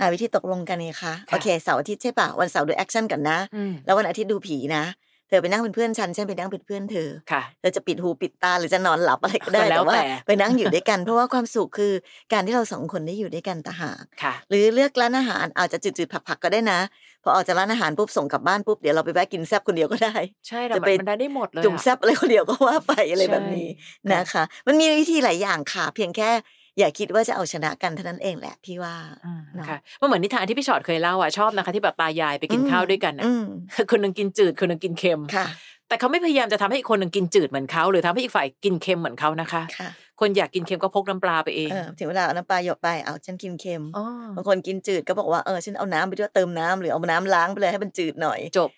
[SPEAKER 2] หาวิธีตกลงกันไงคะ
[SPEAKER 1] ค่ะ
[SPEAKER 2] โอเคเสาร์อาทิตย์ใช่ปะวันเสาร์ดูแอคชั่นกันนะ
[SPEAKER 1] อืม
[SPEAKER 2] แล้ววันอาทิตย์ดูผีนะ เธอไปนั่งเป็นเพื่อนฉันฉันไปนั่งเป็นเพื่อนเธอ
[SPEAKER 1] ค่ะ
[SPEAKER 2] เธอจะปิดหูปิดตาหรือจะนอนหลับอะไรก็ได้
[SPEAKER 1] ก็ แล้ว
[SPEAKER 2] แต่ว่า
[SPEAKER 1] แต่
[SPEAKER 2] ไปนั่งอยู่ด้วยกัน เพราะว่าความสุขคือการที่เราสองคนได้อยู่ด้วยกันต่างหาก
[SPEAKER 1] ค่ะ
[SPEAKER 2] หรือเลือกร้านอาหารอาจจะจืดๆผักๆก็ได้นะพอออกจากร้านอาหารปุ๊บส่งกลับบ้านปุ๊บเดี๋ยวเราไปแวะกินแซบคนเดียวก็ได้
[SPEAKER 1] ใช่เรา
[SPEAKER 2] จะ
[SPEAKER 1] มั
[SPEAKER 2] ไป
[SPEAKER 1] นมันได้ได้หมดเลย
[SPEAKER 2] จุ่ม
[SPEAKER 1] อะ
[SPEAKER 2] แซบอะไรคนเดียวก็ว่าไปอะไรแบบนี้
[SPEAKER 1] ใช่
[SPEAKER 2] นะคะมันมีวิธีหลายอย่างค่ะ เพียงแค่อย่าคิดว่าจะเอาชนะกันเท่านั้นเองแหละพี่ว่า
[SPEAKER 1] อืม
[SPEAKER 2] เนอะ
[SPEAKER 1] ค่ะมันเหมือนนิทานที่พี่ชอดเคยเล่าอ่ะชอบนะคะที่แบบตายายไปกิน
[SPEAKER 2] อืม
[SPEAKER 1] ข้าวด้วยกันอะ
[SPEAKER 2] อืม
[SPEAKER 1] คนหนึ่งกินจืดคนหนึ่งกินเค็ม
[SPEAKER 2] ค่ะ
[SPEAKER 1] แต่เขาไม่พยายามจะทำให้อีกคนหนึ่งกินจืดเหมือนเขาหรือทำให้อีกฝ่ายกินเค็มเหมือนเขานะคะ
[SPEAKER 2] ค่ะ
[SPEAKER 1] คนอยากกินเค็มก็พกน้ำปลาไปเอง
[SPEAKER 2] เออถึงเวลาเอาน้ำปลาหยดไปเอาฉันกินเค็ม
[SPEAKER 1] อ๋อบ
[SPEAKER 2] างคนกินจืดก็บอกว่าเออฉันเอาน้ำไปด้วยเติมน้ำหรือเอาน้ำล้างไปเลยให้มันจืดหน่อย
[SPEAKER 1] จบ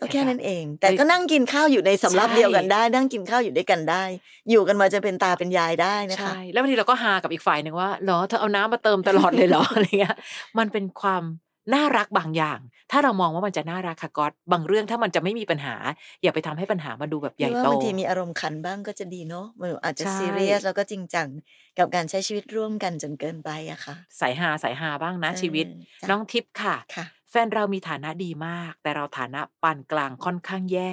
[SPEAKER 2] ก็แค่นั้นเอง
[SPEAKER 1] เฮ้
[SPEAKER 2] แต่
[SPEAKER 1] ย
[SPEAKER 2] ก็นั่งกินข้าวอยู่ในสำรับ
[SPEAKER 1] ใช่
[SPEAKER 2] เดียวกันได้ นั่งกินข้าวอยู่ด้วยกันได้ อยู่กันมาจะเป็นตาเป็นยายได้นะคะ
[SPEAKER 1] ใช่แล้วบางทีเราก็ฮากับอีกฝ่ายหนึ่งว่าเหรอเธอเอาน้ำมาเติมตลอดเลยเหรอ อะไรเงี้ยมันเป็นความน่ารักบางอย่าง ถ้าเรามองว่ามันจะน่ารักค่ะก๊อตบางเรื่องถ้ามันจะไม่มีปัญหา อย่าไปทำให้ปัญหามันดูแบบใหญ่
[SPEAKER 2] ว่า
[SPEAKER 1] โต
[SPEAKER 2] บางทีมีอารมณ์ขันบ้างก็จะดีเนาะมันอาจจะ
[SPEAKER 1] ใช่
[SPEAKER 2] ซีเรียสแล้วก็จริงจังกับการใช้ชีวิตร่วมกันจนเกินไปอะค่ะ
[SPEAKER 1] สายฮาสายฮาบ้างนะ
[SPEAKER 2] เออ
[SPEAKER 1] ชีวิต
[SPEAKER 2] จ้ะ
[SPEAKER 1] น้องทิพย์ค่ะ
[SPEAKER 2] ค่ะ
[SPEAKER 1] แฟนเรามีฐานะดีมาก แต่เราฐานะปานกลางค่อนข้างแย่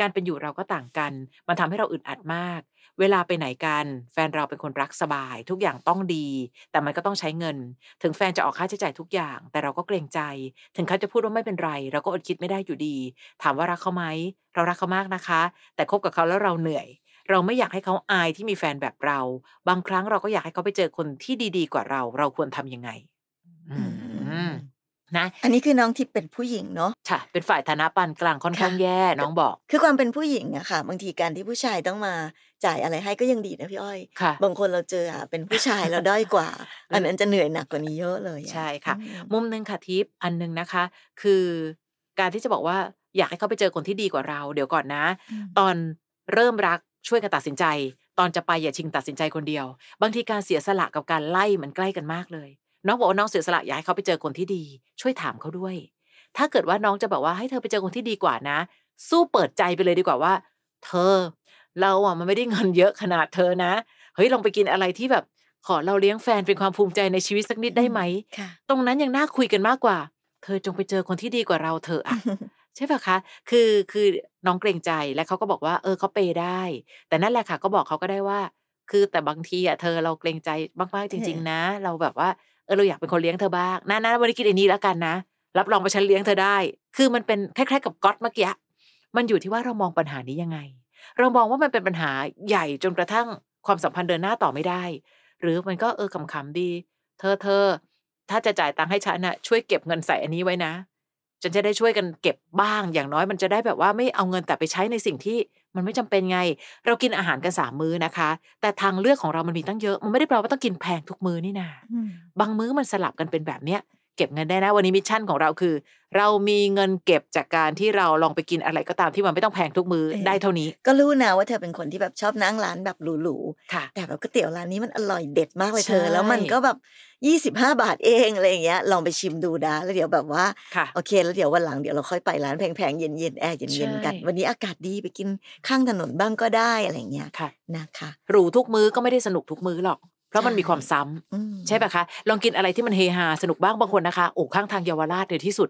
[SPEAKER 1] การเป็นอยู่เราก็ต่างกัน มันทำให้เราอึดอัดมาก เวลาไปไหนกัน แฟนเราเป็นคนรักสบาย ทุกอย่างต้องดี แต่มันก็ต้องใช้เงิน ถึงแฟนจะออกค่าใช้จ่ายทุกอย่าง แต่เราก็เกรงใจ ถึงเขาจะพูดว่าไม่เป็นไร เราก็อดคิดไม่ได้อยู่ดี ถามว่ารักเขาไหมเรารักเขามากนะคะ แต่คบกับเขาแล้วเราเหนื่อย เราไม่อยากให้เขาอายที่มีแฟนแบบเรา บางครั้งเราก็อยากให้เขาไปเจอคนที่ดีๆ กว่าเรา เราควรทำยังไง อืม นะ
[SPEAKER 2] อันนี้คือน้องที่เป็นผู้หญิงเนาะ
[SPEAKER 1] ค่ะ เป็นฝ่ายฐานะปานกลางค่อนข้าง
[SPEAKER 2] ค่ะ
[SPEAKER 1] แย่น้องบอก
[SPEAKER 2] คือความเป็นผู้หญิงอะค่ะ บางทีการที่ผู้ชายต้องมาจ่ายอะไรให้ก็ยังดีนะพี่อ้อย
[SPEAKER 1] ค่ะ
[SPEAKER 2] บางคนเราเจออะเป็นผู้ชายเราด้อย กว่า อันนั้นจะเหนื่อยหนักกว่านี้เยอะเลยอ
[SPEAKER 1] ใช่ค่ะ
[SPEAKER 2] อืม
[SPEAKER 1] มุมหนึ่งค่ะทิปอันหนึ่งนะคะ คือการที่จะบอกว่าอยากให้เขาไปเจอคนที่ดีกว่าเรา เดี๋ยวก่อนนะ ตอนเริ่มรักช่วยกันตัดสินใจ ตอนจะไปอย่าชิงตัดสินใจคนเดียว บางทีการเสียสละกับการไล่มันใกล้กันมากเลย น้องบอกว่าน้องเสียสละอยากให้เขาไปเจอคนที่ดี ช่วยถามเขาด้วย ถ้าเกิดว่าน้องจะบอกว่าให้เธอไปเจอคนที่ดีกว่านะ สู้เปิดใจไปเลยดีกว่าว่า เธอ เราอ่ะมันไม่ได้เงินเยอะขนาดเธอนะเฮ้ยลองไปกินอะไรที่แบบ ขอเราเลี้ยงแฟนเป็นความภูมิใจในชีวิตสักนิดได้ไหม
[SPEAKER 2] ค่ะ
[SPEAKER 1] ตรงนั้นยังน่าคุยกันมากกว่า เธอจงไปเจอคนที่ดีกว่าเราเธอะอะ ใช่ปะคะ คือ คือน้องเกรงใจ และเขาก็บอกว่า เออเขาเปย์ได้ แต่นั่นแหละค่ะ ก็บอกเขาก็ได้ว่า คือแต่บางทีอ่ะ เธอเราเกรงใจมากๆจริง ๆ นะ เราแบบว่า เออเราอยากเป็นคนเลี้ยงเธอบ้างนะนะวันนี้กินอันนี้แล้วกันนะ รับรองว่าฉันเลี้ยงเธอได้ คือมันเป็นคล้ายๆกับก๊อตเมื่อกี้ มันอยู่ที่ว่าเรามองปัญหานี้ยังไง เรามองว่ามันเป็นปัญหาใหญ่จนกระทั่งความสัมพันธ์เดินหน้าต่อไม่ได้ หรือมันก็เออขำๆดี เธอเธอ ถ้าจะจ่ายตังค์ให้ฉันนะช่วยเก็บเงินใส่อันนี้ไว้นะฉันจะได้ช่วยกันเก็บบ้างอย่างน้อยมันจะได้แบบว่าไม่เอาเงินแต่ไปใช้ในสิ่งที่มันไม่จำเป็นไง เรากินอาหารกันสามมื้อนะคะ แต่ทางเลือกของเรามันมีตั้งเยอะ มันไม่ได้แปลว่าต้องกินแพงทุกมื้อนี่นา บางมื้อมันสลับกันเป็นแบบเนี้ยเก็บเงินได้นะ วันนี้มิชชั่นของเราคือ เรามีเงินเก็บจากการที่เราลองไปกินอะไรก็ตามที่มันไม่ต้องแพงทุกมื้อ
[SPEAKER 2] เออ
[SPEAKER 1] ได้เท่านี้
[SPEAKER 2] ก็รู้นะว่าเธอเป็นคนที่แบบชอบนั่งร้านแบบหรู
[SPEAKER 1] ค่ะ
[SPEAKER 2] ๆแต่แบบก๋วยเตี๋ยวร้านนี้มันอร่อยเด็ดมากเลย
[SPEAKER 1] ใช่
[SPEAKER 2] เธอ แล้วมันก็แบบ 25 บาทเองอะไรอย่างเงี้ยลองไปชิมดูนะแล้วเดี๋ยวแบบว่า
[SPEAKER 1] ค่ะ
[SPEAKER 2] โอเค แล้วเดี๋ยววันหลังเดี๋ยวเราค่อยไปร้านแพงๆ เย็นๆ แอร์เย็นๆ กัน
[SPEAKER 1] ใช่
[SPEAKER 2] วันนี้อากาศดีไปกินข้างถนนบ้างก็ได้อะไรเงี้ย
[SPEAKER 1] ค่ะ
[SPEAKER 2] นะคะ
[SPEAKER 1] หรูทุกมื้อก็ไม่ได้สนุกทุกมื้อหรอก เพราะมันมีความซ้ำ
[SPEAKER 2] อืม
[SPEAKER 1] ใช่ปะคะ ลองกินอะไรที่มันเฮฮาสนุกบ้างบางคนนะคะโอ้ข้างทางเยาวราชเดี๋ยวที่สุด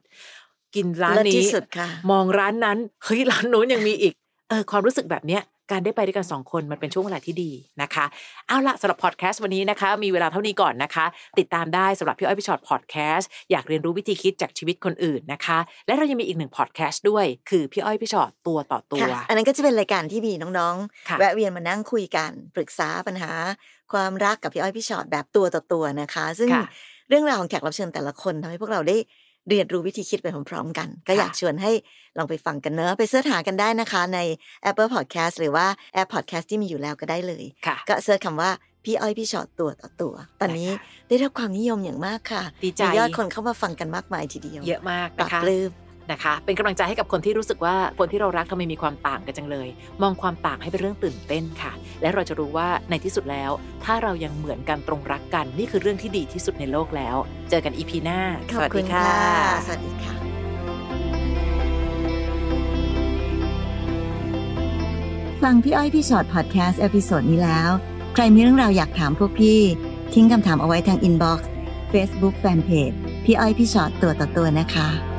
[SPEAKER 1] กินร้าน
[SPEAKER 2] เลิศที่
[SPEAKER 1] นี้
[SPEAKER 2] สุดค่ะ
[SPEAKER 1] มองร้านนั้นเฮ้ยร้านโน้นยังมีอีกเออความรู้สึกแบบเนี้ย การได้ไปด้วยกันสองคนมันเป็นช่วงเวลาที่ดีนะคะ เอาละสำหรับพอดแคสต์วันนี้นะคะ มีเวลาเท่านี้ก่อนนะคะ ติดตามได้สำหรับพี่อ้อยพี่ชอตพอดแคสต์อยากเรียนรู้วิธีคิดจากชีวิตคนอื่นนะคะ และเรายังมีอีกหนึ่งพอดแคสต์ด้วยคือพี่อ้อยพี่ชอตตัวต่อตัว
[SPEAKER 2] ค่ะอันนั้นก็จะเป็นรายการที่มีน้อง
[SPEAKER 1] ค่ะ
[SPEAKER 2] ๆ แวะเวียนมานั่งคุยกัน ปรึกษาปัญหา ความรักกับพี่อ้อยพี่ชอตแบบตัวต่อตัวนะคะ ซึ่ง
[SPEAKER 1] ค่ะ
[SPEAKER 2] เรื่องราวของแขกรับเชิญแต่ละคนทำให้พวกเราได้เรียนรู้วิธีคิดไปพร้อมๆกัน ก็
[SPEAKER 1] ค่ะ
[SPEAKER 2] อยากชวนให้ลองไปฟังกันเนอะไปเสิร์ชหากันได้นะคะ ใน Apple Podcast หรือว่า App Podcast ที่มีอยู่แล้วก็ได้เลย
[SPEAKER 1] ค่ะ
[SPEAKER 2] ก็เสิร์ชคำว่าพี่อ้อยพี่ชอตตัวต่อตัว ตอนนี้ได้รับความนิยมอย่างมากค่ะ
[SPEAKER 1] ดีใจ
[SPEAKER 2] มียอดคนเข้ามาฟังกันมากมายทีเดียว
[SPEAKER 1] เยอะมาก
[SPEAKER 2] ปรับ
[SPEAKER 1] นะคะ
[SPEAKER 2] ปลื้ม
[SPEAKER 1] นะคะ เป็นกำลังใจให้กับคนที่รู้สึกว่าคนที่เรารักทำไมมีความต่างกันจังเลย มองความต่างให้เป็นเรื่องตื่นเต้นค่ะ และเราจะรู้ว่าในที่สุดแล้ว ถ้าเรายังเหมือนกันตรงรักกัน นี่คือเรื่องที่ดีที่สุดในโลกแล้ว เจอกันอีพีหน้า
[SPEAKER 2] ขอบคุณค่ะ สวัสดีค่ะ ฟังพี่อ้อยพี่ชอตพอดแคสต์เอพิโซดนี้แล้ว ใครมีเรื่องราวอยากถามพวกพี่ ทิ้งคำถามเอาไว้ทางอินบ็อกซ์เฟซบุ๊กแฟนเพจพี่อ้อยพี่ชอตตัวต่อตัวนะคะ